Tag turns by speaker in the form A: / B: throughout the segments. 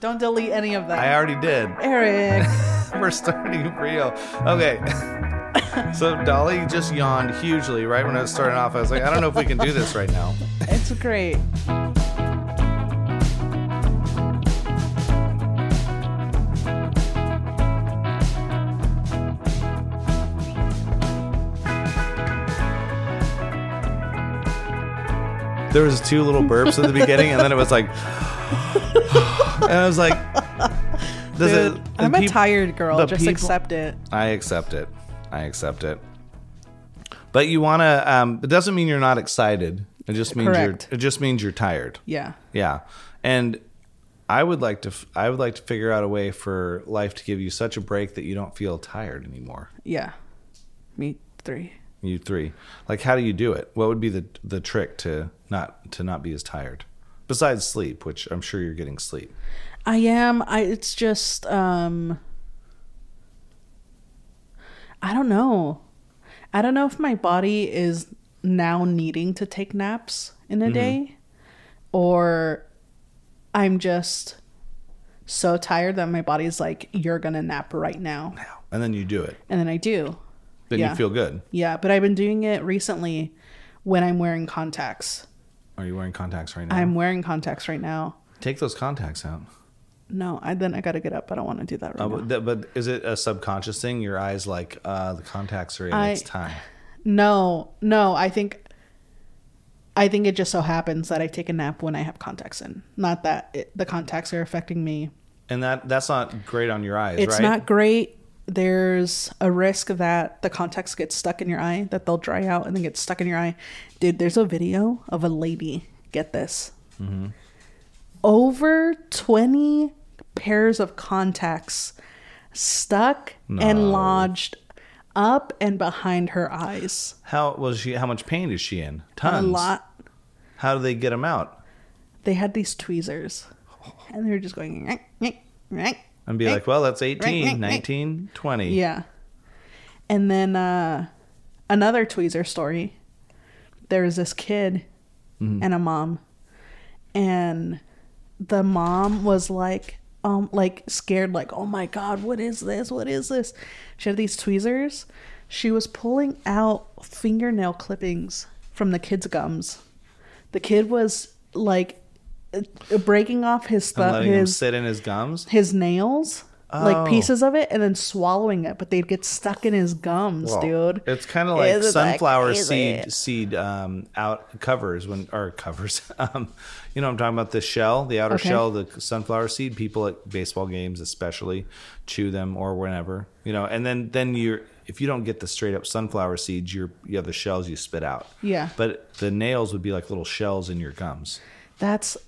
A: Don't delete any of
B: I
A: that.
B: already did.
A: Eric.
B: We're starting real. Okay. so Dolly just yawned hugely right when I was starting off. I was like, I don't know if we can do this right now.
A: It's great.
B: There was two little burps at the beginning, and then it was like, and I was like, does
A: Dude,
B: it? the
A: I'm a
B: peop-
A: tired girl.
B: the
A: Just
B: people-
A: accept it.
B: I accept it. I accept it. But you want to. Um, it doesn't mean you're not excited. It just means
A: Correct.
B: you're. It just means you're tired.
A: Yeah.
B: Yeah, and I would like to. f- I would like to figure out a way for life to give you such a break that you don't feel tired anymore.
A: Yeah. Me three.
B: You three. Like, how do you do it? What would be the the trick to not to not be as tired? Besides sleep, which I'm sure you're getting sleep.
A: I am. I. It's just. Um. I don't know. I don't know if my body is now needing to take naps in
B: Mm-hmm.
A: a day, or I'm just so tired that my body's like, "You're gonna nap right now,"
B: And then you do it.
A: and then I do.
B: Then
A: Yeah.
B: you feel good.
A: Yeah, but I've been doing it recently when I'm wearing contacts.
B: Are you wearing contacts right now?
A: I'm wearing contacts right now.
B: Take those contacts out.
A: No, I then I gotta get up. I don't want to do that right
B: Oh,
A: now.
B: but, th- but is it a subconscious thing? Your eyes like uh, the contacts are in.
A: I-
B: it's time.
A: No, no, I think I think it just so happens that I take a nap when I have contacts in. Not that it, the contacts are affecting me.
B: And that that's not great on your eyes,
A: It's
B: right?
A: not great. There's a risk that the contacts get stuck in your eye, that they'll dry out and then get stuck in your eye. Dude, there's a video of a lady, get this,
B: Mm-hmm.
A: over 20 pairs of contacts stuck
B: No.
A: and lodged up and behind her eyes.
B: How was she? How much pain is she in?
A: A
B: Tons.
A: lot.
B: How do they get them out?
A: they had these tweezers and they were just going "Nyeh, nyeh, nyeh."
B: And be like, well, that's 18,
A: right, right.
B: 19, 20.
A: yeah and then uh another tweezer story there was this kid and a mom and the mom was like um like scared like oh my god what is this what is this she had these tweezers she was pulling out fingernail clippings from the kid's gums the kid was like breaking off his
B: And
A: thumb
B: letting him
A: his
B: sit in his gums.
A: his nails,
B: Oh.
A: like pieces of it, and then swallowing it, but they'd get stuck in his gums,
B: Well,
A: dude.
B: It's kind of like
A: It's like
B: sunflower
A: crazy.
B: seed seed um, out covers when or covers. Um, you know, what I'm talking about the shell, the outer
A: Okay.
B: shell, the sunflower seed. People at baseball games, especially, chew them or whenever. You know, and then then you're if you don't get the straight up sunflower seeds, you're you have the shells you spit out.
A: Yeah.
B: but the nails would be like little shells in your gums.
A: That's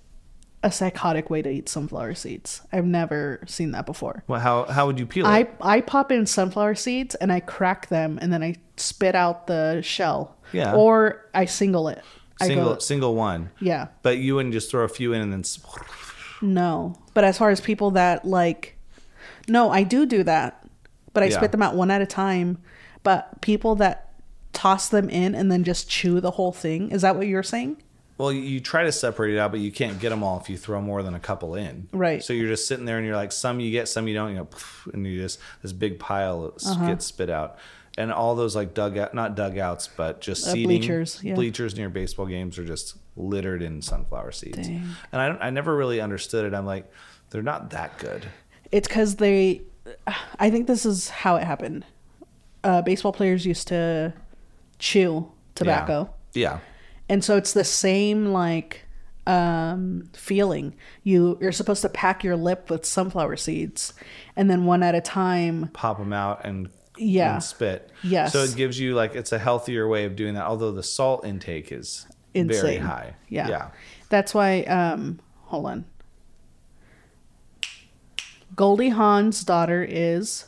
A: a psychotic way to eat sunflower seeds. I've never seen that before.
B: Well, how how would you peel
A: I,
B: it?
A: I pop in sunflower seeds and I crack them and then I spit out the shell.
B: Yeah.
A: Or I single it. I
B: Single
A: go,
B: single one.
A: yeah.
B: But you wouldn't just throw a few in and then. s-
A: No. But as far as people that like No, I do do that. But I
B: Yeah.
A: spit them out one at a time. But people that toss them in and then just chew the whole thing, is that what you're saying?
B: Well, you- you try to separate it out, but you can't get them all if you throw more than a couple in.
A: Right.
B: So you're just sitting there, and you're like, some you get, some you don't. You know, poof, and you just this big pile s-
A: Uh-huh.
B: gets spit out, and all those like dugout, not dugouts, but just
A: Uh,
B: seating
A: bleachers, yeah.
B: bleachers near baseball games are just littered in sunflower seeds.
A: Dang.
B: And I don't, I never really understood it. I'm like, they're not that good.
A: It's cuz they I think this is how it happened. Uh baseball players used to chew tobacco.
B: Yeah.
A: and so it's the same like um feeling you you're supposed to pack your lip with sunflower seeds and then one at a time
B: Pop 'em Pop them out and
A: Yeah.
B: and spit.
A: Yes.
B: So it gives you like it's a healthier way of doing that. Although the salt intake is
A: insane
B: very high.
A: yeah
B: Yeah.
A: that's why um hold on goldie hawn's daughter is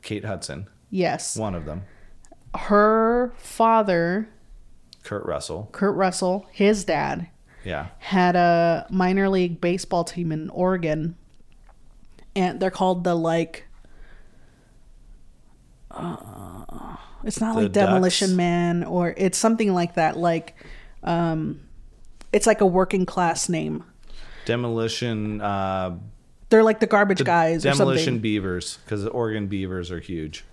B: Kate Hudson.
A: yes
B: One of them.
A: her father
B: Kurt Russell.
A: kurt russell his dad
B: Yeah.
A: had a minor league baseball team in Oregon, and they're called the like. Uh, it's not
B: The
A: like Demolition
B: Ducks?
A: Man, or it's something like that. Like, um, it's like a working class name.
B: Demolition uh
A: They're like the garbage guys or
B: demolition
A: something.
B: beavers because the Oregon beavers are huge.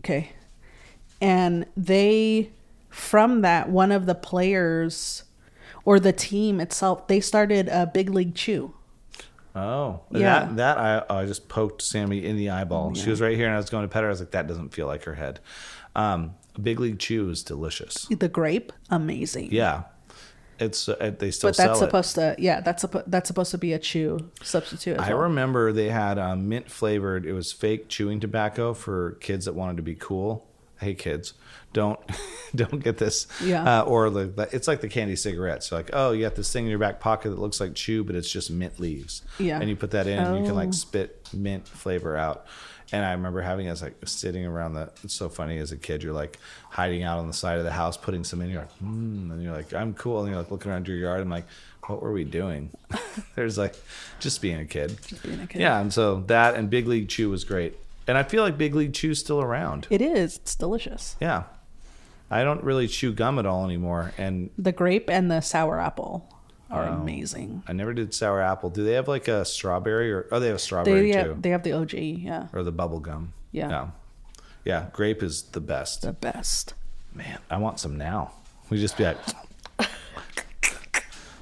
A: Okay. And they, from that, one of the players or the team itself, they started a big league chew.
B: Oh,
A: Yeah.
B: That that I I just poked Sammy in the eyeball. She was right here, and I was going to pet her. I was like, that doesn't feel like her head. Um, Big League Chew is delicious.
A: The grape, amazing.
B: Yeah, it's uh, they still
A: But
B: sell
A: that's
B: it.
A: supposed to, yeah, that's suppo- that's supposed to be a chew substitute. as
B: I
A: well.
B: remember they had um, mint flavored. It was fake chewing tobacco for kids that wanted to be cool. Hey kids, don't don't get this.
A: Yeah.
B: Uh, or the, it's like the candy cigarettes. Like oh, you got this thing in your back pocket that looks like chew, but it's just mint leaves.
A: Yeah.
B: And you put that in, and you can
A: Oh.
B: like spit mint flavor out. And I remember having it as like sitting around the. It's so funny as a kid. You're like hiding out on the side of the house, putting some in. You're like, hmm, and you're like, I'm cool. And you're like looking around your yard. I'm like, what were we doing? There's like, just being a kid.
A: being a kid.
B: Yeah, and so that and Big League Chew was great, and I feel like Big League Chew's still around.
A: It is. It's delicious.
B: Yeah, I don't really chew gum at all anymore, and
A: The grape and the sour apple are amazing.
B: I never did sour apple. Do they have like a strawberry or oh they have a
A: They
B: strawberry too
A: have, they have the OG, yeah.
B: or the bubble gum?
A: Yeah.
B: yeah, yeah. Grape is the best.
A: The best.
B: Man, I want some now. We just be like,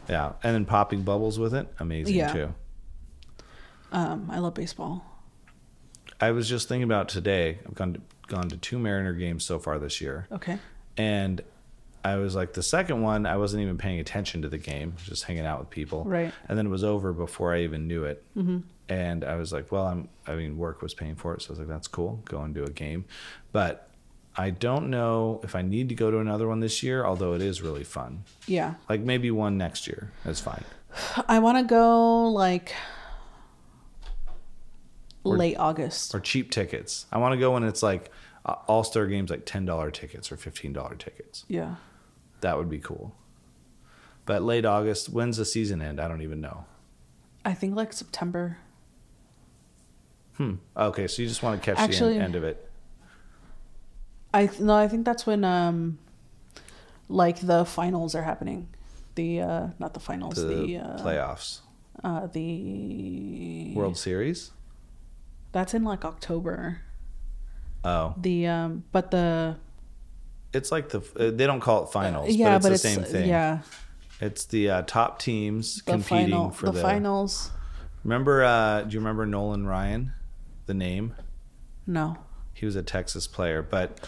B: yeah, and then popping bubbles with it, amazing
A: Yeah.
B: too.
A: Um, I love baseball.
B: I was just thinking about today. I've gone to, gone to two Mariner games so far this year.
A: Okay.
B: and I was like the second one I wasn't even paying attention to the game I was just hanging out with people
A: Right.
B: and then it was over before I even knew it mm-hmm. and I was like well I'm I mean work was paying for it so I was like that's cool going to a game but I don't know if I need to go to another one this year although it is really fun
A: Yeah.
B: like maybe one next year that's fine
A: I want to go like late August.
B: or cheap tickets I want to go when it's like uh, all-star games like $10 tickets or $15 tickets
A: yeah.
B: that would be cool but late August when's the season end I don't even know
A: I think like September.
B: Okay, so you just want to catch
A: Actually-
B: the end, end of it.
A: I th- no, I think that's when um like the finals are happening. The uh not the finals,
B: The,
A: the, uh,
B: playoffs,
A: uh the
B: World Series.
A: That's in like October.
B: Oh,
A: The um but the
B: it's like the uh, they don't call it finals,
A: yeah, uh,
B: but it's the same thing.
A: yeah,
B: It's the uh, top teams
A: the
B: competing
A: final
B: for
A: the,
B: the,
A: finals.
B: Remember? Uh, do you remember Nolan Ryan? The name.
A: No.
B: He was a Texas player, but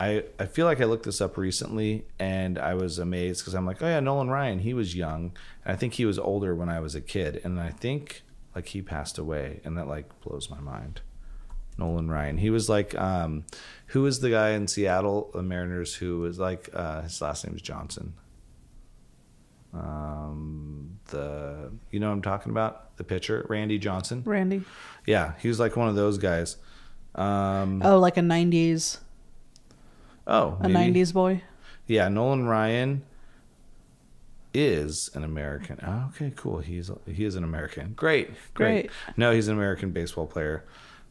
B: I I feel like I looked this up recently and I was amazed because I'm like, oh yeah, Nolan Ryan. He was young, and I think he was older when I was a kid, and I think like he passed away, and that like blows my mind. Nolan Ryan. He was like, um, who was the guy in Seattle, the Mariners, who was like, uh, his last name was Johnson. Um, the you know what I'm talking about? The pitcher, Randy Johnson.
A: Randy.
B: Yeah, he was like one of those guys. Um,
A: Oh, like a 90s
B: Oh,
A: a
B: maybe.
A: 90s boy.
B: Yeah, Nolan Ryan is an American. Oh, okay, cool. He's he is an American. Great, great.
A: Great.
B: No, he's an American baseball player.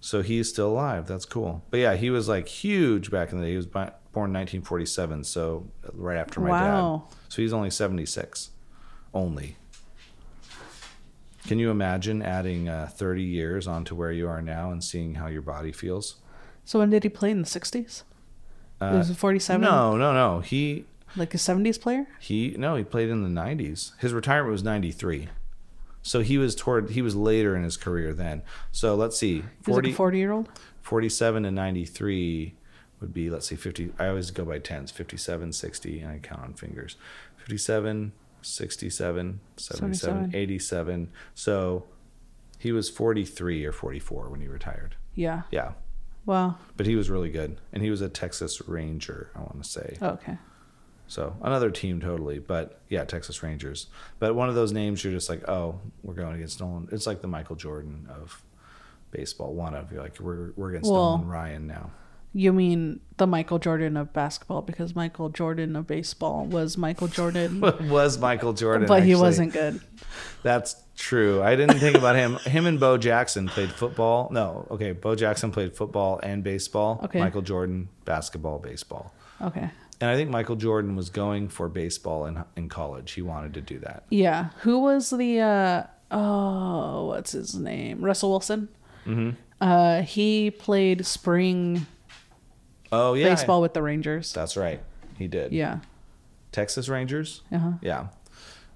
B: So he's still alive. That's cool. But yeah, he was like huge back in the day. He was bi- born 1947, so uh, right after my
A: Wow.
B: dad. So he's only 76. Only. Can you imagine adding uh, 30 years onto where you are now and seeing how your body feels?
A: So when did he play in the 60s? it was 47.
B: Uh, No, no, no. He
A: Like a 70s player?
B: He no, he played in the nineties. His retirement was ninety three. So he was toward he was later in his career then. So let's see.
A: He was like
B: 40,
A: a 40 year old?
B: 47 and 93 would be let's see 50 I always go by tens 57 60 and I count on fingers. 57 67 77,
A: 77.
B: 87. So he was 43 or 44 when he retired.
A: Yeah.
B: Yeah.
A: Wow.
B: But he was really good and he was a Texas Ranger, I want to say.
A: Oh, okay.
B: So another team totally, but yeah, Texas Rangers. But one of those names you're just like, oh, we're going against Nolan. It's like the Michael Jordan of baseball. One of you're like, we're we're against
A: Well-
B: Nolan Ryan now.
A: You mean the Michael Jordan of basketball because Michael Jordan of baseball was Michael Jordan, but
B: was Michael Jordan?
A: he
B: actually.
A: wasn't good.
B: That's true. I didn't think about him. Him and Bo Jackson played football. No, okay, Bo Jackson played football and baseball.
A: Okay.
B: Michael Jordan basketball, baseball.
A: Okay.
B: And I think Michael Jordan was going for baseball in in college. He wanted to do that.
A: Yeah. Who was the uh oh, what's his name? Russell Wilson.
B: Mm-hmm.
A: Uh, he played spring
B: Oh yeah,
A: baseball with the Rangers.
B: That's right. He did.
A: Yeah.
B: Texas Rangers.
A: Uh-huh.
B: Yeah.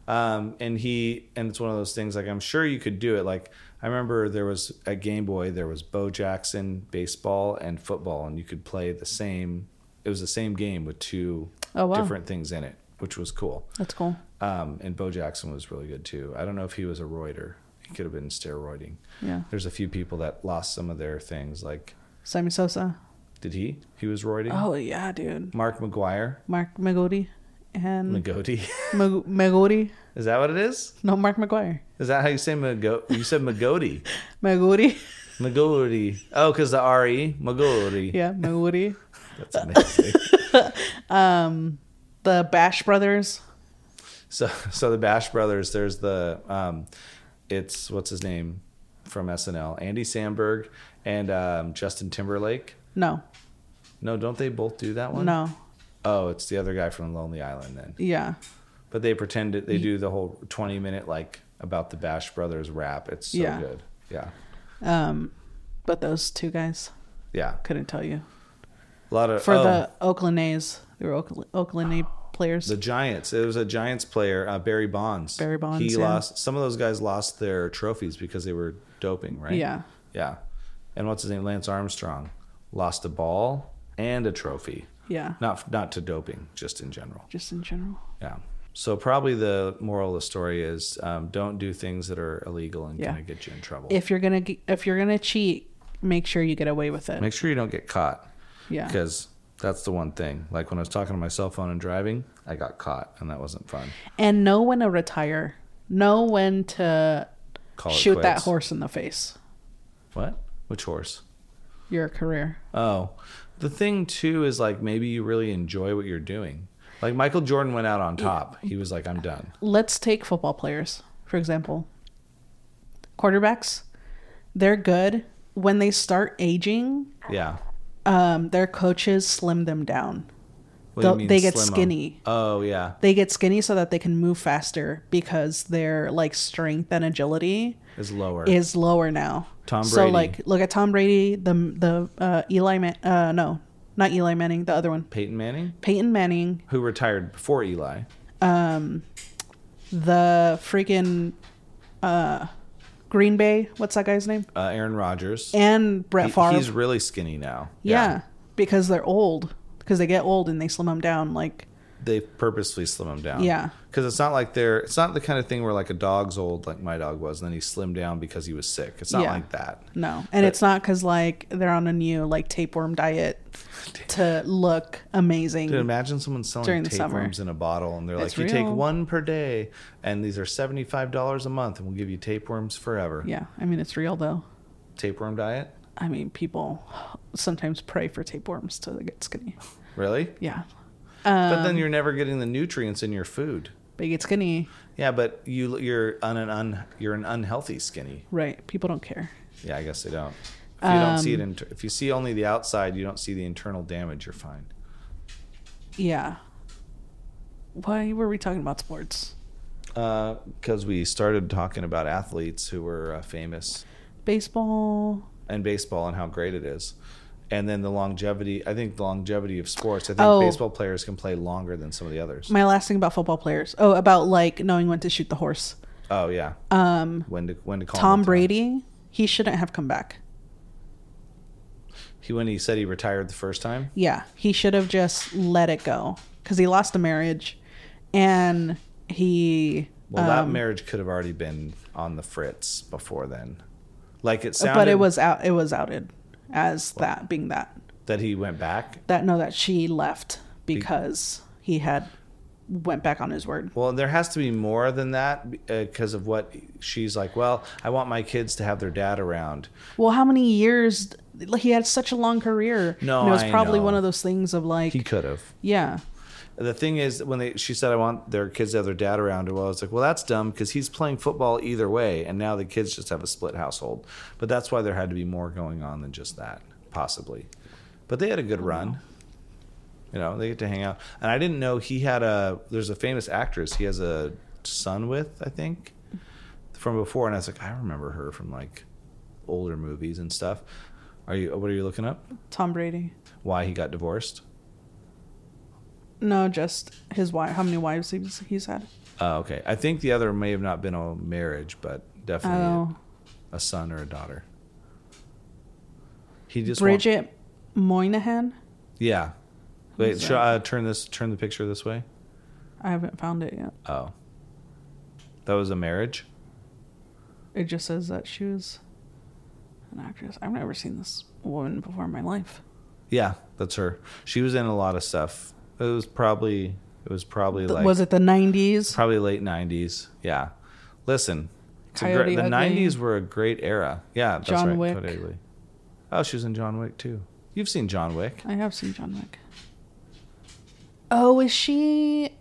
B: Um, and he and it's one of those things like I'm sure you could do it. Like I remember there was a Game Boy, there was Bo Jackson baseball and football, and you could play the same. It was the same game with two
A: Oh, wow.
B: different things in it, which was cool.
A: That's cool.
B: Um, and Bo Jackson was really good too. I don't know if he was a roider. He could have been steroiding.
A: Yeah.
B: There's a few people that lost some of their things. Like,
A: Sammy Sosa.
B: did he? He was roiding.
A: Oh yeah, dude.
B: Mark McGuire,
A: Mark Magody and
B: Magoti.
A: Mag- Magody.
B: is that what it is?
A: No, Mark McGuire.
B: Is that how you say Mago? You said Magoti.
A: Magody.
B: Magoti. Oh, because the re Magoti.
A: yeah, Magody.
B: That's amazing.
A: The Bash Brothers.
B: so, so the Bash Brothers. There's the, um, it's what's his name from SNL, Andy Samberg and um, Justin Timberlake.
A: No,
B: No, don't they both do that one?
A: no.
B: Oh, it's the other guy from Lonely Island then.
A: Yeah.
B: But they pretend it, they do the whole 20 minute like about the Bash Brothers rap. It's so
A: Yeah.
B: good. Yeah.
A: Um, but those two guys
B: Yeah.
A: couldn't tell you.
B: A lot of
A: For
B: oh,
A: the Oakland A's, they were Oakland, Oakland A players.
B: The Giants. It was a Giants player, uh, Barry Bonds.
A: Barry Bonds,
B: He
A: yeah.
B: lost. Some of those guys lost their trophies because they were doping, right?
A: Yeah.
B: Yeah. And what's his name? Lance Armstrong lost a ball and a trophy.
A: yeah.
B: Not not to doping, just in general.
A: Just in general.
B: Yeah. So probably the moral of the story is um, don't do things that are illegal and
A: Yeah.
B: gonna get you in trouble.
A: If you're gonna ge- if you're gonna cheat, make sure you get away with it.
B: Make sure you don't get caught.
A: Yeah.
B: Because that's the one thing. Like when I was talking on my cell phone and driving, I got caught, and that wasn't fun.
A: And know when to retire. Know when to
B: Call it
A: shoot that
B: quits.
A: horse in the face.
B: What? Which horse?
A: Your career.
B: Oh, the thing too is like maybe you really enjoy what you're doing. Like Michael Jordan went out on top. He was like, "I'm done."
A: let's take football players for example quarterbacks they're good when they start aging
B: Yeah.
A: um, their coaches slim them down
B: What do you
A: They'll-
B: mean
A: they get
B: slim 'em?
A: skinny.
B: Oh yeah,
A: they get skinny so that they can move faster because their like strength and agility
B: is lower.
A: is lower now
B: Tom
A: so
B: Brady.
A: like look at tom brady the the uh, eli Man- uh, no not eli manning the other one
B: Peyton Manning,
A: peyton manning
B: who retired before Eli,
A: the freaking uh, green bay what's that guy's name
B: uh, Aaron Rodgers.
A: and brett
B: He-
A: Favre.
B: he's really skinny now.
A: Yeah, because they're old. Because they get old and they slim them down. Like,
B: they purposely slim him down.
A: Yeah.
B: Because it's not like they're, it's not the kind of thing where like a dog's old, like my dog was, and then he slimmed down because he was sick. It's not
A: Yeah.
B: like that.
A: no, and it's not because like they're on a new like tapeworm diet to look amazing.
B: Dude, imagine someone selling
A: Mm-hmm. During the summer.
B: tapeworms in a bottle and they're
A: It's
B: like, you take
A: real.
B: one per day, and these are $75 a month, and we'll give you tapeworms forever.
A: Yeah, I mean it's real though.
B: Tapeworm diet?
A: I mean people sometimes pray for tapeworms to get skinny.
B: Really?
A: Yeah,
B: but
A: Um,
B: then you're never getting the nutrients in your food.
A: they get skinny.
B: Yeah, but you you're on an un you're an unhealthy skinny.
A: Right, people don't care.
B: Yeah, I guess they don't. If you don't see it,
A: Um,
B: in, if you see only the outside, you don't see the internal damage. You're fine.
A: Yeah. Why were we talking about sports?
B: because Uh, we started talking about athletes who were uh, famous
A: Baseball.
B: and baseball and how great it is. And then the longevity, I think the longevity of sports. I think
A: Oh.
B: baseball players can play longer than some of the others.
A: My last thing about football players. Oh, about like knowing when to shoot the horse.
B: Oh yeah. Um, when to when to call
A: Tom
B: him a time.
A: Brady, he shouldn't have come back.
B: He when he said he retired the first time.
A: Yeah, he should have just let it go because he lost a marriage, and he.
B: Well, that
A: um,
B: marriage could have already been on the fritz before then. Like it sounded,
A: but it was out. It was outed as that being that
B: that he went back.
A: that no that she left because he had went back on his word.
B: Well, there has to be more than that because of what she's like. Well, I want my kids to have their dad around.
A: Well, how many years? Like he had such a long career.
B: No,
A: and it was
B: I
A: probably
B: know.
A: one of those things of like,
B: He could have.
A: yeah,
B: The thing is, when they she said, "I want their kids to have their dad around," well, I was like, "Well, that's dumb because he's playing football either way, and now the kids just have a split household." But that's why there had to be more going on than just that, possibly. But they had a good run. You know, they get to hang out, and I didn't know he had a. There's a famous actress he has a son with, I think, from before, and I was like, I remember her from like older movies and stuff. Are you? What are you looking up?
A: Tom Brady.
B: Why he got divorced?
A: No, just his wife. How many wives he's, he's had?
B: Uh, okay, I think the other may have not been a marriage, but definitely
A: Oh,
B: a son or a daughter. He just wa-
A: Bridget Moynihan.
B: yeah. Wait,
A: Who's
B: should I uh, turn this? Turn the picture this way.
A: I haven't found it yet.
B: Oh, that was a marriage.
A: It just says that she was an actress. I've never seen this woman before in my life.
B: Yeah, that's her. She was in a lot of stuff. It was probably it was probably like
A: was it the 90s?
B: probably late '90s. Yeah, listen, it's a
A: Coyote
B: great, the
A: Ugly.
B: '90s were a great era. Yeah, that's
A: John
B: right.
A: Wick.
B: Coyote Ugly. Oh, she was in John Wick too. You've seen John Wick.
A: I have seen John Wick. Oh, is she?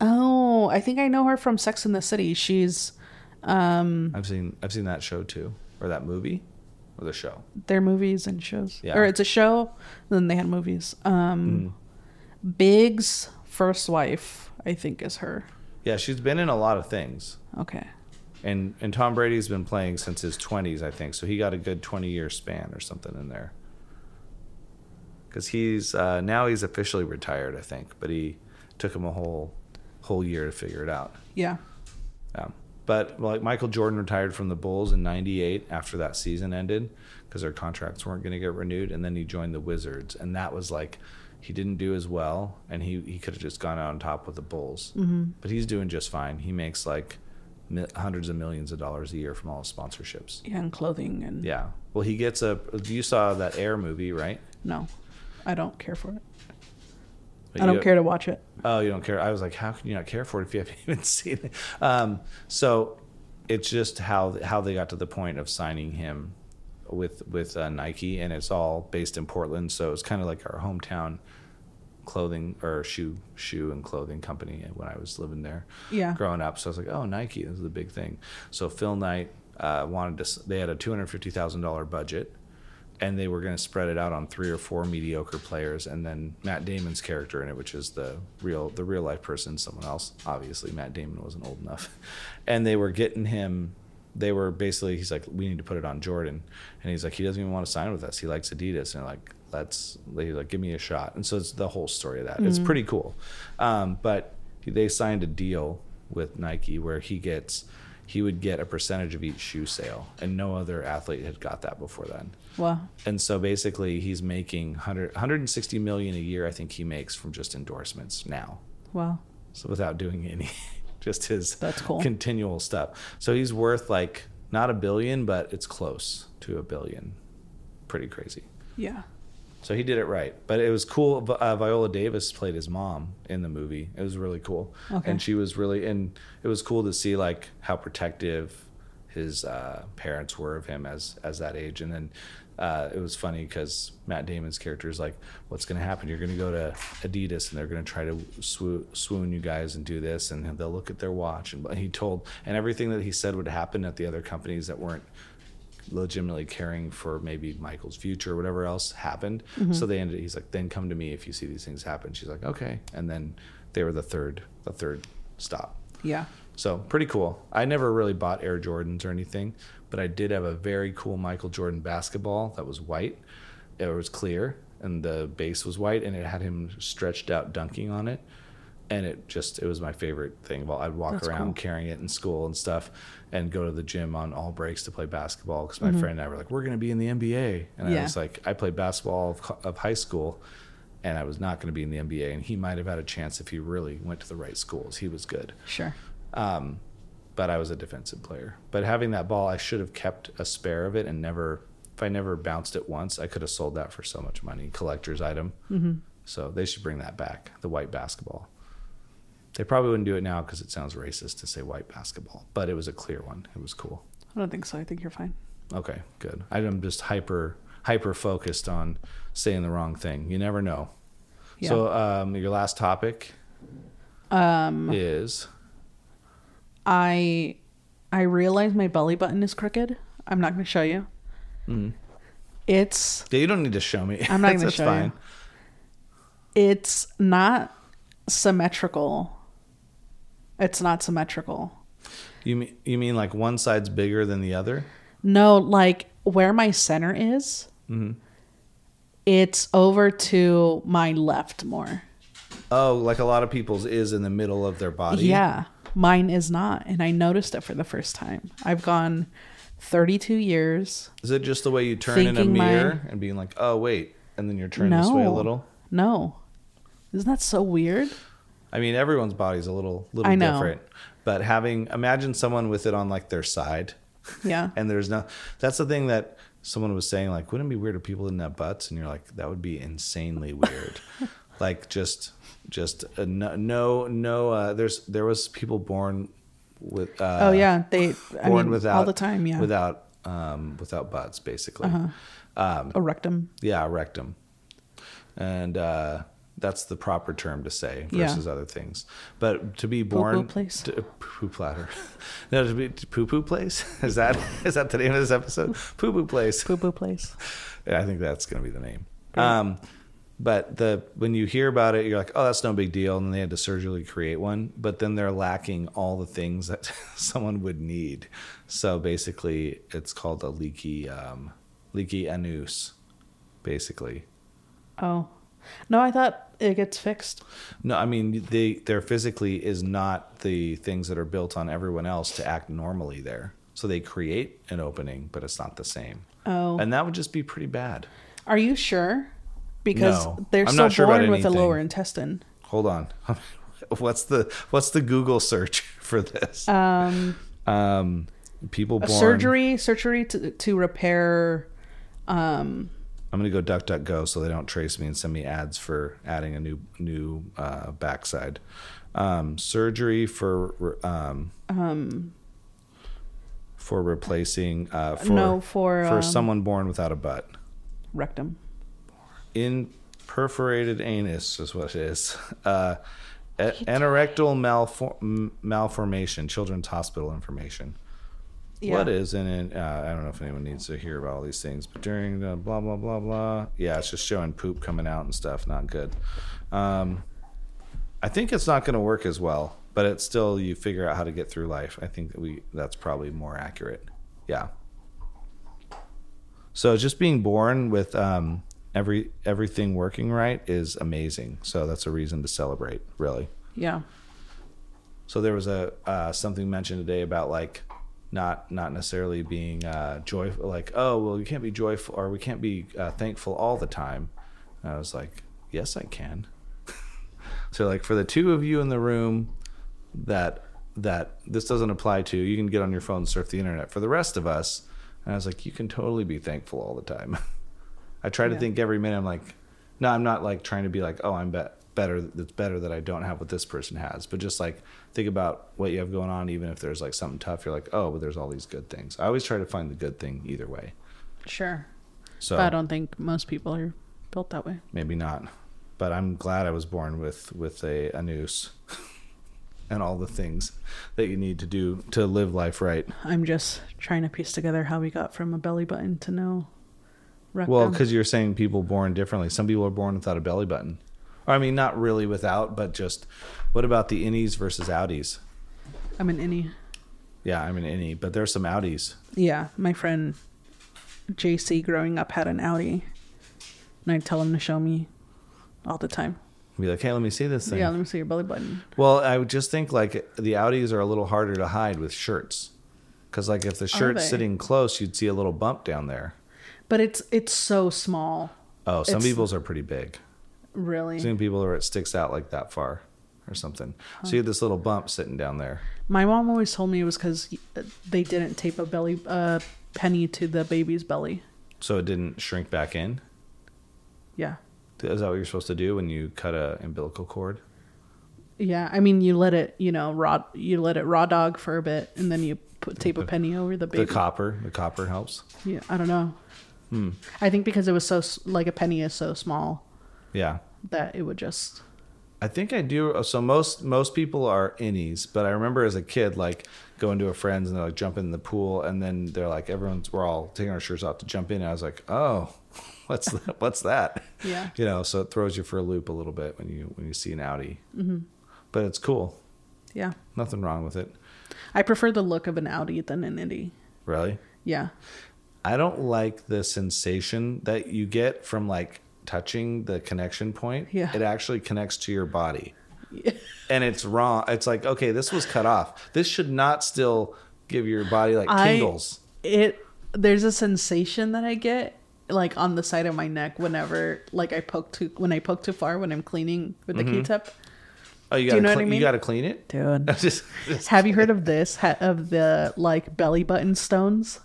A: Oh, I think I know her from Sex in the City. She's um
B: I've seen I've seen that show too, or that movie, or the show.
A: their movies and shows.
B: Yeah.
A: Or it's a show, then they had movies. Um
B: Hmm.
A: Big's first wife, I think is her.
B: Yeah, she's been in a lot of things,
A: Okay.
B: and and Tom Brady's been playing since his 20s, I think. So he got a good 20 year span or something in there. Because he's uh, now he's officially retired, I think, but he took him a whole whole year to figure it out.
A: Yeah.
B: Yeah. But like Michael Jordan retired from the Bulls in '98 after that season ended because their contracts weren't going to get renewed, and then he joined the Wizards, and that was like he didn't do as well, and he he could have just gone out on top with the Bulls,
A: Mm-hmm.
B: but he's doing just fine. He makes like mi- hundreds of millions of dollars a year from all his sponsorships.
A: Yeah, and clothing and
B: Yeah. Well, he gets a. You saw that Air movie, right?
A: no. I don't care for it.
B: But
A: I don't
B: you-
A: care to watch it.
B: Oh, you don't care. I was like, how can you not care for it if you haven't even seen it? Um, so it's just how how they got to the point of signing him with with uh, Nike, and it's all based in Portland, so it's kind of like our hometown clothing or shoe shoe and clothing company when I was living there
A: Yeah.
B: growing up. So I was like, oh, Nike, this is the big thing. So Phil Knight uh, wanted to, s- they had a $250,000 budget and they were going to spread it out on three or four mediocre players. And then Matt Damon's character in it, which is the real, the real life person, someone else, obviously Matt Damon wasn't old enough. And they were getting him, they were basically, he's like, we need to put it on Jordan. And he's like, he doesn't even want to sign with us. He likes Adidas. And they're like, let's, he's like, give me a shot. And so it's the whole story of that. It's pretty cool. Um, but they signed a deal with Nike where he gets he would get a percentage of each shoe sale and no other athlete had got that before then.
A: Wow.
B: And so basically he's making 100, 160 million a year I think he makes from just endorsements now.
A: Wow.
B: So without doing any just his
A: That's cool.
B: continual stuff. So he's worth like not a billion but it's close to a billion. Pretty crazy.
A: Yeah.
B: So he did it right. But it was cool. Vi- Uh, Viola Davis played his mom in the movie. It was really cool.
A: Okay.
B: And she was really, and it was cool to see like how protective his uh, parents were of him as as that age. And then uh, it was funny because Matt Damon's character is like, "What's going to happen? You're going to go to Adidas, and they're going to try to swo- swoon you guys and do this, and they'll look at their watch." And but he told, and everything that he said would happen at the other companies that weren't legitimately caring for maybe Michael's future or whatever else happened. So they ended. He's like, then come to me if you see these things happen. She's like, okay. And then they were the third, the third stop.
A: Yeah.
B: So pretty cool. I never really bought Air Jordans or anything, but I did have a very cool Michael Jordan basketball that was white. It was clear, and the base was white, and it had him stretched out dunking on it. And it just it was my favorite thing. Well, I'd walk
A: That's
B: around
A: cool.
B: carrying it in school and stuff, and go to the gym on all breaks to play basketball because my friend and I were like, we're gonna be in the NBA, and I
A: Mm-hmm. Yeah.
B: was like, I played basketball of, co- of high school. And I was not going to be in the NBA, and he might have had a chance if he really went to the right schools. He was good
A: Sure.
B: but I was a defensive player. But having that ball, I should have kept a spare of it and never. If I never bounced it once, I could have sold that for so much money, collector's item. Mm-hmm. So they should bring that back, the white basketball. They probably wouldn't do it now because it sounds racist to say white basketball, but it was a clear one. It was cool.
A: I don't think so. I think you're fine.
B: Okay, good. I'm just hyper hyper focused on saying the wrong thing. You never know.
A: Yeah.
B: So um, your last topic um, is
A: I I realize my belly button is crooked. I'm not going to show you. It's
B: yeah. You don't need to show me.
A: I'm not gonna
B: That's- that's
A: show you. it's not symmetrical. It's not symmetrical.
B: You mean you mean like one side's bigger than the other?
A: No, like where my center is, it's over to my left more.
B: Oh, like a lot of people's is in the middle of their body.
A: Yeah, mine is not. And I noticed it for the first time. I've gone 32 years.
B: Is it just the way you turn in a
A: Thinking my-
B: mirror and being like, oh wait, and then you're turned this way a
A: No.
B: little?
A: No. Isn't that so weird?
B: I mean, everyone's body's a little little
A: I know.
B: different, but having imagine someone with it on like their side,
A: Yeah.
B: and there's no. That's the thing that someone was saying. Like, wouldn't it be weird if people didn't have butts? And you're like, that would be insanely weird. like, just just a no no no. Uh, there's there was people born with. Uh,
A: oh, yeah. They, I
B: born
A: mean,
B: without
A: all the time. Yeah. Uh-huh.
B: without um without butts basically. Um,
A: a rectum.
B: yeah, a rectum. And uh, that's the proper term to say
A: Yeah.
B: versus other things. But to be born
A: place.
B: to- poo-poo platter. no, to be poo poo place. Is that is that the name of this episode? Poo poo place.
A: Poo poo place.
B: Yeah, I think that's going to be the name. Um, but the when you hear about it, you're like, oh, that's no big deal, and they had to surgically create one. But then they're lacking all the things that someone would need. So basically, it's called a leaky um, leaky anus, basically.
A: Oh. No, I thought it gets fixed.
B: No, I mean they there physically is not the things that are built on everyone else to act normally there. So they create an opening, but it's not the same.
A: Oh.
B: And that would just be pretty bad.
A: Are you sure? Because
B: No.
A: they're
B: I'm
A: still
B: not sure about
A: born with a
B: anything.
A: lower intestine.
B: Hold on. what's the what's the Google search for this?
A: Um,
B: Um, people born
A: surgery, surgery to, to repair.
B: I'm gonna go DuckDuckGo so they don't trace me and send me ads for adding a new new uh, backside. Um, surgery for um, for replacing uh, for
A: no, for,
B: for
A: um,
B: someone born without a butt.
A: rectum.
B: in perforated anus is what it is. Uh, a- anorectal malfor- m- malformation, Children's Hospital information.
A: Yeah.
B: What is in it? Uh, I don't know if anyone needs to hear about all these things, but during the blah blah blah blah, yeah, it's just showing poop coming out and stuff. Not good. Um, I think it's not going to work as well, but it's still you figure out how to get through life. I think that we that's probably more accurate. Yeah. So just being born with um, every everything working right is amazing. So that's a reason to celebrate, really.
A: Yeah.
B: So there was a uh, something mentioned today about like not not necessarily being uh, joyful, like oh well we can't be joyful or we can't be uh, thankful all the time. And I was like, yes, I can. so like for the two of you in the room that that this doesn't apply to, you can get on your phone and surf the internet. For the rest of us, and I was like, you can totally be thankful all the time. I try to
A: Yeah.
B: think every minute. I'm like, no, I'm not like trying to be like, oh, I'm be- better. It's better that I don't have what this person has. But just like think about what you have going on, even if there's like something tough. You're like, oh, but there's all these good things. I always try to find the good thing either way.
A: Sure.
B: So
A: But uh, I don't think most people are built that way.
B: maybe not. But I'm glad I was born with with a, a noose and all the things that you need to do to live life right.
A: I'm just trying to piece together how we got from a belly button to no rectum.
B: Well, because you're saying people born differently. Some people are born without a belly button. Or I mean, not really without, but just what about the innies versus outies?
A: I'm an innie.
B: Yeah, I'm an innie, but there's some outies.
A: Yeah, my friend JC growing up had an Audi, and I'd tell him to show me all the time.
B: Be like, hey, let me see this thing.
A: Yeah, let me see your belly button.
B: Well, I would just think like the outies are a little harder to hide with shirts, because like
A: Oh,
B: if the shirt's
A: they?
B: sitting close, you'd see a little bump down there.
A: But it's it's so small,
B: Oh, some
A: It's-
B: people's are pretty big.
A: really.
B: Some people where it sticks out like that far, or something. So you have this little bump sitting down there.
A: My mom always told me it was because they didn't tape a belly uh, penny to the baby's belly.
B: So it didn't shrink back in.
A: Yeah,
B: Is that what you're supposed to do when you cut a umbilical cord?
A: yeah. I mean, you let it, you know, raw. You let it raw dog for a bit, and then you put tape a penny over the baby.
B: The copper, the copper helps.
A: yeah, I don't know. I think because it was so s- like a penny is so small
B: Yeah,
A: that it would just
B: I think I do. uh, So most most people are innies, but I remember as a kid, like going to a friend's and they're like jumping in the pool, and then they're like, everyone's we're all taking our shirts off to jump in. And I was like, oh, what's that? what's that?
A: Yeah.
B: you know. So it throws you for a loop a little bit when you when you see an Audi, mm-hmm. but it's cool.
A: yeah.
B: Nothing wrong with it.
A: I prefer the look of an Audi than an Indy.
B: Really?
A: Yeah.
B: I don't like the sensation that you get from like touching the connection point.
A: Yeah.
B: It actually connects to your body. And it's wrong. It's like, okay, this was cut off. This should not still give your body like
A: I-
B: tingles.
A: It there's a sensation that I get like on the side of my neck whenever like I poke too when I poke too far when I'm cleaning with the Q-tip.
B: oh, you gotta
A: know what
B: clean,
A: I
B: you
A: mean?
B: gotta clean it?
A: Mm-hmm. Dude.
B: Just- just-
A: Have you heard of this ha- of the like belly button stones?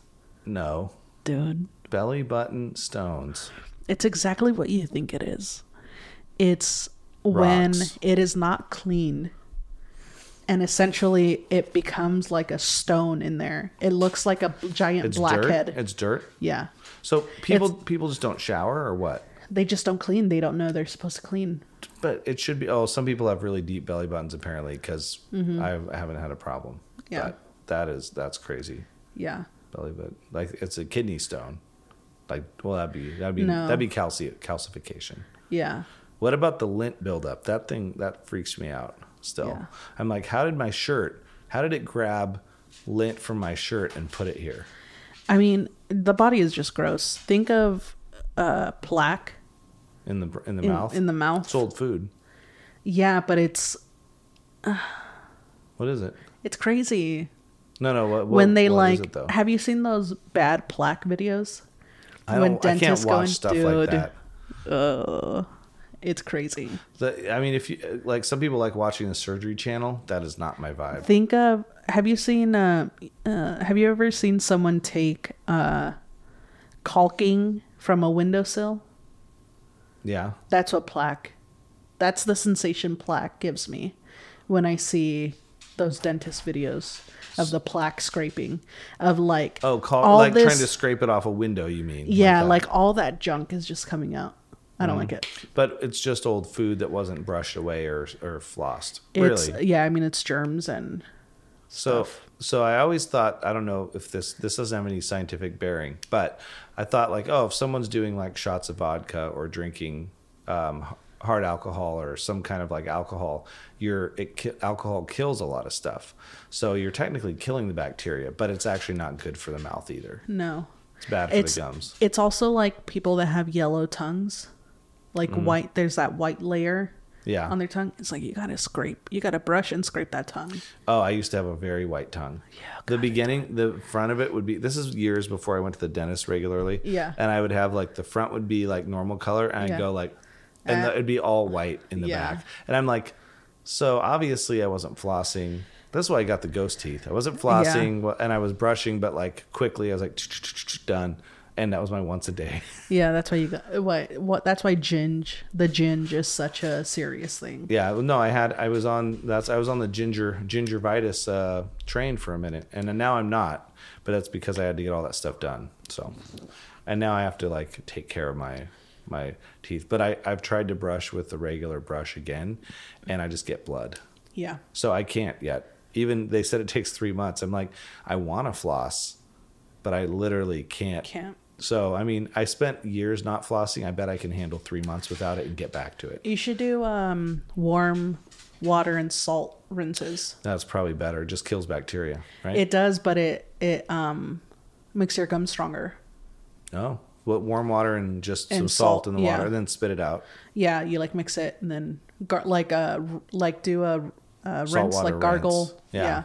B: no.
A: Dude.
B: Belly button stones.
A: It's exactly what you think it is. It's when
B: Rocks.
A: it is not clean. And essentially, it becomes like a stone in there. It looks like a giant
B: It's
A: blackhead.
B: dirt. It's dirt.
A: yeah.
B: So people people just don't shower or what?
A: They just don't clean. They don't know they're supposed to clean.
B: But it should be. Oh, some people have really deep belly buttons apparently because I haven't had a problem.
A: Mm-hmm. Yeah.
B: But that is that's crazy.
A: Yeah.
B: belly button. Like it's a kidney stone. Like well that'd be that'd be
A: No.
B: that'd be calci- calcification.
A: Yeah.
B: What about the lint buildup? That thing that freaks me out still.
A: Yeah.
B: I'm like, how did my shirt how did it grab lint from my shirt and put it here?
A: I mean, the body is just gross. Think of uh, plaque
B: In the in the
A: in,
B: mouth?
A: in the mouth.
B: it's old food.
A: yeah, but it's
B: What is it?
A: it's crazy
B: No no what, what
A: when they
B: what is it,
A: like.
B: though?
A: Have you seen those bad plaque videos?
B: I
A: when
B: don't I can't
A: dentists go
B: watch
A: and
B: stuff
A: do-
B: like that.
A: It's crazy.
B: The- I mean if you like some people like watching the surgery channel, that is not my vibe.
A: Think of have you seen uh, uh have you ever seen someone take uh caulking from a windowsill?
B: Yeah.
A: That's what plaque. That's the sensation plaque gives me when I see those dentist videos of the plaque scraping of like
B: Oh, call
A: all
B: like
A: this,
B: trying to scrape it off a window, you mean?
A: yeah
B: that. Mm.
A: like all that junk is just coming out. I don't like it.
B: But it's just old food that wasn't brushed away or or flossed.
A: It's
B: really.
A: yeah, I mean it's germs and
B: So so I always thought I don't know if this this doesn't have any scientific bearing, but I thought like oh if someone's doing like shots of vodka or drinking um, h- hard alcohol or some kind of like alcohol, your it ki- alcohol kills a lot of stuff. So you're technically killing the bacteria, but it's actually not good for the mouth either.
A: no.
B: It's bad for
A: It's
B: the gums.
A: it's also like people that have yellow tongues. Like white there's that white layer
B: Mm. Yeah.
A: on their tongue. It's like you got to scrape. You got to brush and scrape that tongue.
B: Oh, I used to have a very white tongue. Yeah. The beginning, the front of it would be. This is years before I went to the dentist regularly.
A: Yeah.
B: And I would have like the front would be like normal color, and I'd
A: Yeah.
B: go like, and
A: Uh,
B: the- it'd be all white in the
A: yeah.
B: back, and I'm like, so obviously I wasn't flossing. That's why I got the ghost teeth. I wasn't flossing, well, and I was brushing, but like quickly, I was like done, and that was my once a day.
A: Yeah, that's why you got what what that's why ginge the ginge is such a serious thing.
B: Yeah, well, no, I had I was on that's I was on the ginger gingivitis uh, train for a minute, and then now I'm not, but that's because I had to get all that stuff done. So, and now I have to like take care of my my teeth. But I I've tried to brush with the regular brush again, and I just get blood,
A: Yeah.
B: so I can't yet. Even they said it takes three months. I'm like, I want to floss, but I literally can't.
A: Can't.
B: So I mean, I spent years not flossing. I bet I can handle three months without it and get back to it.
A: You should do um warm water and salt rinses.
B: That's probably better. It just kills bacteria, right?
A: It does, but it it um makes your gum stronger.
B: oh, what warm water and just some
A: And
B: salt,
A: salt,
B: in the
A: yeah.
B: water, then spit it out.
A: Yeah, you like mix it and then gar- like uh r- like do a uh, rinse
B: water
A: like gargle.
B: rinse. Yeah.
A: yeah.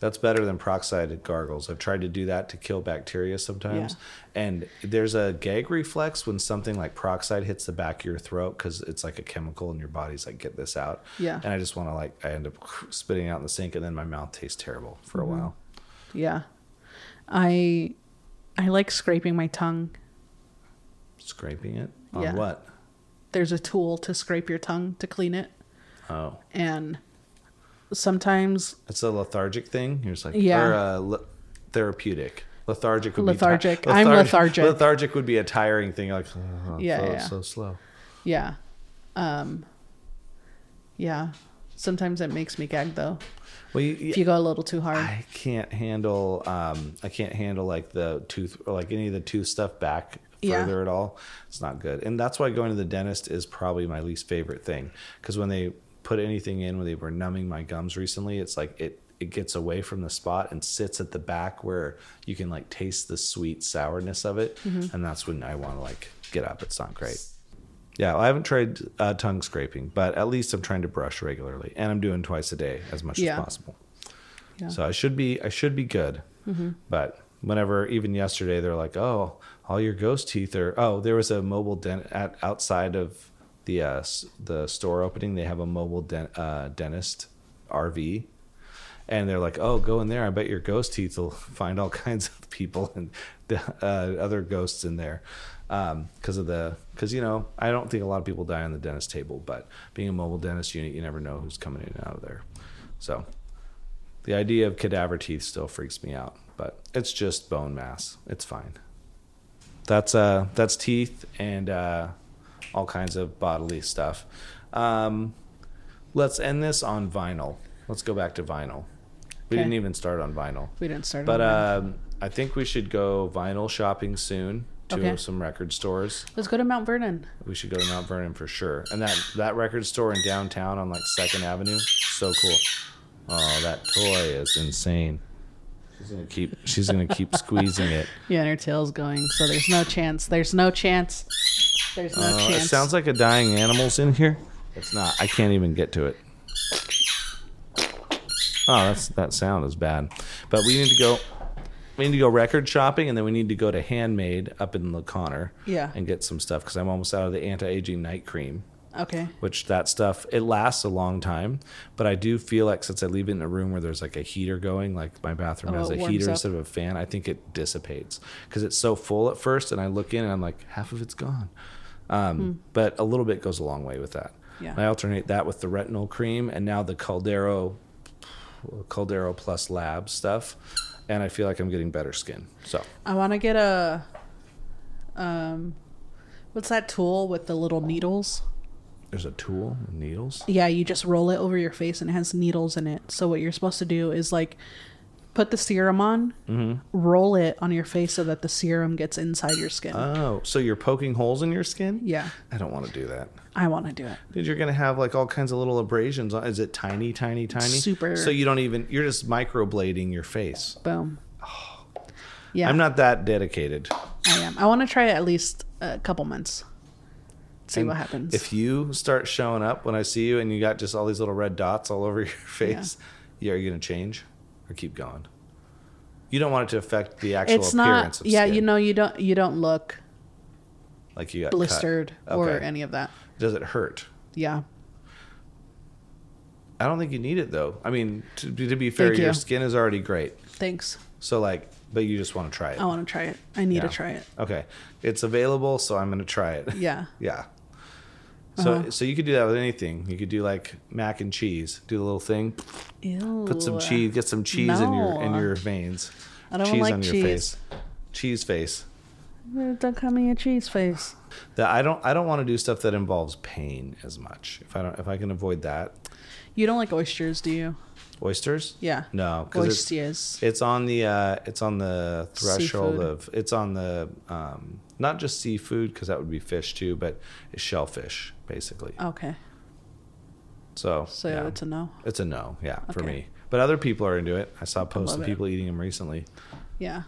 B: That's better than peroxide at gargles. I've tried to do that to kill bacteria sometimes. And there's a gag reflex when something like peroxide hits the back of your throat because it's like a chemical and your body's like, get this out.
A: Yeah.
B: And I just want to like, I end up spitting it out in the sink and then my mouth tastes terrible for a
A: Mm-hmm.
B: while.
A: Yeah. I I like scraping my tongue.
B: Scraping it on
A: Yeah.
B: what?
A: There's a tool to scrape your tongue to clean it
B: Oh,
A: and sometimes
B: it's a lethargic thing. You're just like,
A: Yeah.
B: or uh, le- therapeutic. Lethargic would
A: Lethargic.
B: be ti-
A: I'm
B: lethar-
A: lethargic.
B: Lethargic would be a tiring thing. Like, oh,
A: Yeah,
B: yeah, so,
A: yeah.
B: so slow.
A: yeah. Um yeah. Sometimes it makes me gag though.
B: Well, you, you-
A: If you go a little too hard.
B: I can't handle. Um, I can't handle like the tooth or like any of the tooth stuff back
A: Yeah.
B: further at all. It's not good, and that's why going to the dentist is probably my least favorite thing. Because when they put anything in, when they were numbing my gums recently, it's like it it gets away from the spot and sits at the back where you can like taste the sweet sourness of it,
A: Mm-hmm.
B: and that's when I want to like get up. It's not great. Yeah, I haven't tried uh, tongue scraping, but at least I'm trying to brush regularly, and I'm doing twice a day as much
A: Yeah.
B: as possible.
A: Yeah.
B: So I should be I should be good. But whenever even yesterday they're like, "Oh, all your ghost teeth are oh, there was a mobile dent at outside of the uh, s- the store opening, they have a mobile dent uh, dentist RV." And they're like, "Oh, go in there. I bet your ghost teeth will find all kinds of people and the, uh, other ghosts in there." Um, because of the, because you know, I don't think a lot of people die on the dentist table, but being a mobile dentist unit, you never know who's coming in and out of there. So the idea of cadaver teeth still freaks me out, but it's just bone mass. It's fine. That's uh that's teeth and uh, all kinds of bodily stuff. Um, let's end this on vinyl. Let's go back to vinyl. We
A: Okay.
B: didn't even start on vinyl.
A: We didn't start. on
B: But
A: that.
B: um, I think we should go vinyl shopping soon to
A: Okay.
B: some record stores.
A: let's go to Mount Vernon.
B: We should go to Mount Vernon for sure. And that that record store in downtown on like Second Avenue, so cool. Oh, that toy is insane. She's gonna keep. She's gonna keep squeezing it.
A: Yeah, and her tail's going, so there's no chance. There's no chance. There's no
B: Oh, it
A: chance.
B: sounds like a dying animal's in here. It's not. I can't even get to it. Oh, that's that sound is bad. But we need to go. We need to go record shopping, and then we need to go to Handmade up in La Connor.
A: Yeah.
B: And get some stuff because I'm almost out of the anti-aging night cream.
A: okay.
B: which that stuff it lasts a long time but i do feel like since i leave it in a room where there's like a heater going like my bathroom
A: Oh,
B: has a
A: it warms
B: heater
A: up.
B: instead of a fan i think it dissipates because it's so full at first and i look in and i'm like half of it's gone um, but a little bit goes a long way with that
A: Hmm. Yeah.
B: And i alternate that with the retinol cream and now the caldero caldero plus lab stuff and i feel like i'm getting better skin so
A: I want to get a um what's that tool with the little needles?
B: there's a tool needles
A: Yeah, you just roll it over your face and it has needles in it. So what you're supposed to do is like put the serum on,
B: Mm-hmm.
A: roll it on your face so that the serum gets inside your skin.
B: oh so you're poking holes in your skin
A: yeah,
B: i don't want to do that
A: I want to do it.
B: Dude, you're gonna have like all kinds of little abrasions. on Is it tiny, tiny, tiny?
A: Super.
B: So you don't even. You're just microblading your face.
A: Boom. Yeah,
B: Oh. I'm not that dedicated.
A: I am. I want to try it at least a couple months. See
B: And
A: what happens.
B: If you start showing up when I see you, and you got just all these little red dots all over your face, yeah, are you gonna change or keep going? You don't want it to affect the actual
A: it's not.
B: appearance of
A: Yeah,
B: skin,
A: you know, you don't you don't look
B: like you got cut.
A: blistered or
B: Okay.
A: any of that.
B: Does it hurt?
A: Yeah.
B: I don't think you need it though. I mean, to, to be fair,
A: Thank
B: your
A: you.
B: skin is already great.
A: Thanks.
B: So like, but you just want to try it.
A: I want to try it. I need
B: Yeah.
A: to try it.
B: Okay, it's available, so I'm gonna try it.
A: Yeah.
B: Yeah. So
A: Uh-huh.
B: so you could do that with anything. You could do like mac and cheese. Do the little thing.
A: Ew.
B: Put some cheese. Get some cheese in your in
A: No.
B: your veins.
A: I don't like cheese.
B: Cheese face.
A: Don't call me a cheese face.
B: That I don't I don't want to do stuff that involves pain as much. If I don't if I can avoid that.
A: You don't like oysters, do you?
B: Oysters?
A: Yeah.
B: No, because it's,
A: Oysters.
B: it's on the uh, it's on the threshold
A: Seafood.
B: of it's on the um, not just seafood because that would be fish too, but it's shellfish basically.
A: Okay.
B: So
A: So
B: yeah.
A: it's a no.
B: It's a no, yeah, for
A: Okay.
B: me. But other people are into it. I saw posts
A: love
B: of
A: it.
B: people eating them recently.
A: Yeah.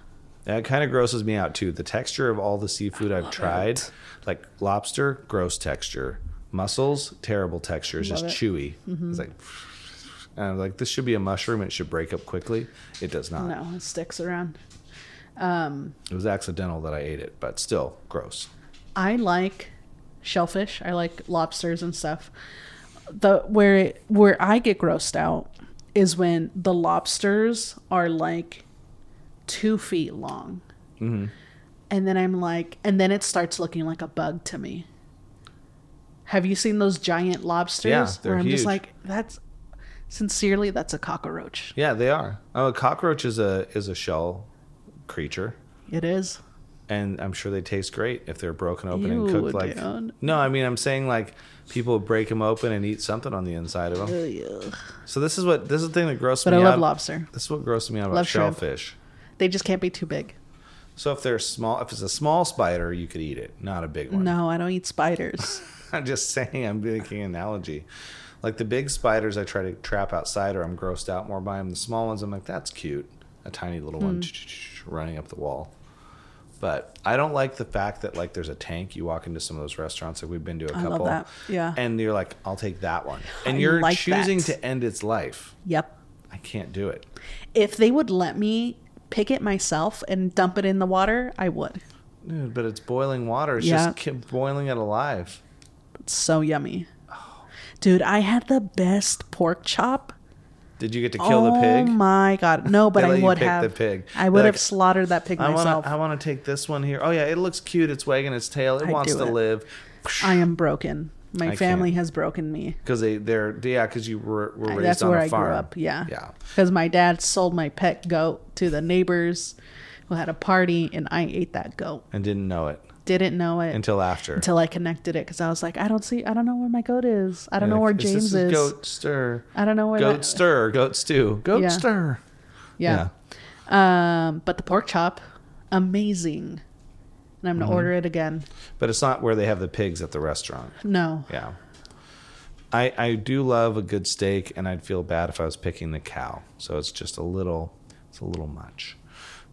B: And it kind of grosses me out too. The texture of all the seafood I've tried,
A: it.
B: like lobster, gross texture. Mussels, terrible texture. It's just
A: Love it. Mm-hmm.
B: chewy. It's like, and I'm like, this should be a mushroom. It should break up quickly. It does not.
A: No, it sticks around. Um,
B: It was accidental that I ate it, but still gross.
A: I like shellfish. I like lobsters and stuff. The where it, where I get grossed out is when the lobsters are like two feet long,
B: Mm-hmm.
A: and then I'm like, and then it starts looking like a bug to me. Have you seen those giant lobsters?
B: Yeah, they're
A: where I'm
B: huge.
A: just like, that's sincerely, that's a cockroach.
B: Yeah, they are. Oh, a cockroach is a is a shell creature.
A: It is.
B: and I'm sure they taste great if they're broken open and
A: Ew,
B: cooked like.
A: dude.
B: No, I mean I'm saying like people break them open and eat something on the inside of them.
A: Ugh.
B: So this is what this is the thing that grosses
A: But
B: me
A: I
B: out.
A: love lobster.
B: This is what grosses me out about
A: Love shrimp.
B: shellfish.
A: They just can't be too big.
B: So if they're small, if it's a small spider, you could eat it, not a big one.
A: No, I don't eat spiders.
B: I'm just saying I'm making an analogy. Like the big spiders, I try to trap outside, or I'm grossed out more by them. The small ones, I'm like, that's cute, a tiny little
A: Hmm.
B: one running up the wall. But I don't like the fact that like there's a tank. You walk into some of those restaurants, like we've been to a
A: I love
B: couple,
A: that. Yeah.
B: and you're like, I'll take that one, and
A: I
B: you're
A: like
B: choosing
A: that.
B: to end its life.
A: Yep.
B: I can't do it.
A: If they would let me pick it myself and dump it in the water, I would.
B: Dude, but it's boiling water. It's
A: Yeah.
B: just keep boiling it alive.
A: It's so yummy. Dude, I had the best pork chop.
B: Did you get to kill the pig?
A: Oh my god. No, but
B: They
A: I
B: let you
A: would
B: pick
A: have
B: the pig.
A: I would
B: They're
A: have
B: like,
A: slaughtered that pig
B: I
A: myself.
B: want to. I want to take this one here. Oh yeah, it looks cute. It's wagging its tail. It
A: I'd
B: wants
A: do
B: to
A: it.
B: live.
A: I am broken. My
B: I
A: family
B: can't.
A: has broken me.
B: Because they, they're yeah. Because you were, were
A: I-
B: raised
A: That's
B: on
A: where
B: a
A: I
B: farm.
A: grew up. Yeah.
B: Yeah.
A: Because my dad sold my pet goat to the neighbors who had a party, and I ate that goat.
B: And didn't know it
A: Didn't know it
B: until after.
A: until I connected it because I was like, I don't see, I don't know where my goat is. I don't know
B: Like,
A: where
B: is this
A: James
B: a
A: is.
B: Goat stir.
A: I don't know where
B: Goat
A: that-
B: stir. Goat stew. Goat
A: Yeah.
B: stir.
A: Yeah. Um, but the pork chop, amazing. And I'm gonna
B: Mm-hmm.
A: order it again.
B: But it's not where they have the pigs at the restaurant.
A: No.
B: Yeah. I I do love a good steak, and I'd feel bad if I was picking the cow. So it's just a little, it's a little much.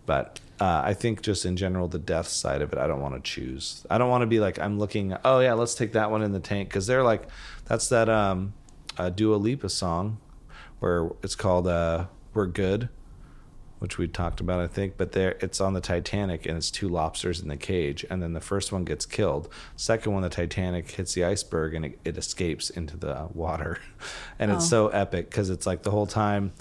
B: But uh, I think just in general, the death side of it, I don't want to choose. I don't want to be like I'm looking. Oh yeah, let's take that one in the tank because they're like, that's that um, uh, Dua Lipa song, where it's called uh, "We're Good." which we talked about, I think. But there, it's on the Titanic, and it's two lobsters in the cage, and then the first one gets killed. Second one, the Titanic hits the iceberg, and it, it escapes into the water, and it's so epic because it's like the whole time,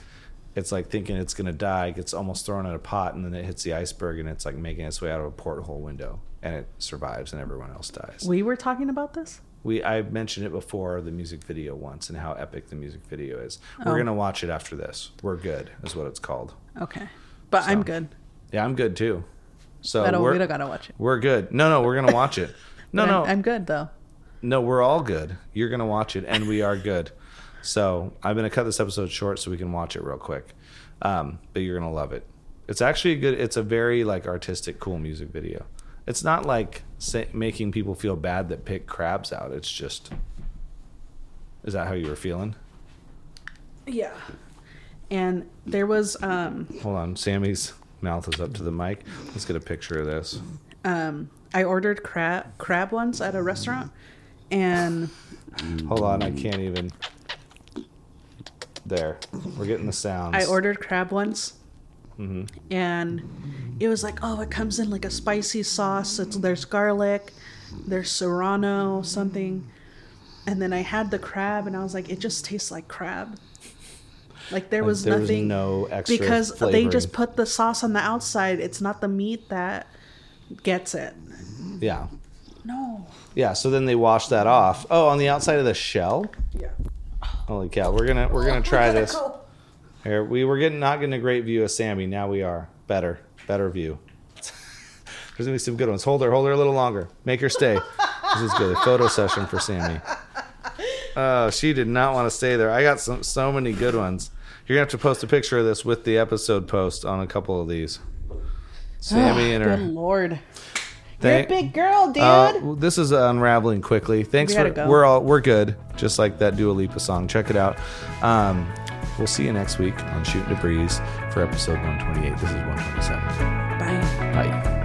B: it's like thinking it's gonna die, gets almost thrown in a pot, and then it hits the iceberg, and it's like making its way out of a porthole window, and it survives, and everyone else dies.
A: We were talking about this.
B: We I mentioned it before the music video once and how epic the music video is. We're gonna watch it after this. We're good is what it's called.
A: Okay. But I'm
B: So,
A: good.
B: Yeah, I'm good too. So
A: I don't,
B: we're,
A: we don't gotta watch it.
B: we're good. No, no, we're gonna watch it. No,
A: But
B: no,
A: I'm, I'm good though.
B: no, we're all good. You're gonna watch it, and we are good. So I'm gonna cut this episode short so we can watch it real quick. Um, but you're gonna love it. It's actually a good. It's a very like artistic, cool music video. It's not like sa making people feel bad that pick crabs out. It's just. Is that how you were feeling?
A: Yeah. And there was um
B: Hold on, Sammy's mouth is up to the mic. Let's get a picture of this.
A: um I ordered crab crab once at a restaurant and
B: Hold on, I can't even. There, we're getting the sounds.
A: I ordered crab once,
B: Mm-hmm.
A: and it was like, oh, it comes in like a spicy sauce. It's, there's garlic, there's serrano, something. And then I had the crab, and I was like, it just tastes like crab. Like there
B: Like,
A: was
B: there was
A: nothing
B: no extra
A: because they
B: flavoring.
A: just put the sauce on the outside. It's not the meat that gets it.
B: Yeah,
A: No.
B: yeah. So then they wash that off. Oh, on the outside of the shell.
A: Yeah.
B: Holy cow! We're gonna we're
A: Oh,
B: gonna try this. Here we were getting not getting a great view of Sammy. Now we are better better view. There's gonna be some good ones. Hold her, hold her a little longer. Make her stay. this is good. A photo session for Sammy. Oh, she did not want to stay there. I got some so many good ones. You're gonna have to post a picture of this with the episode post on a couple of these. Sammy and her.
A: Good lord.
B: Thank-
A: You're a big girl, dude.
B: Uh, this is unraveling quickly. Thanks
A: We
B: for
A: gotta go.
B: we're all we're good. Just like that Dua Lipa song. Check it out. Um, we'll see you next week on Shooting the Breeze for episode 128. This is 127.
A: Bye.
B: Bye.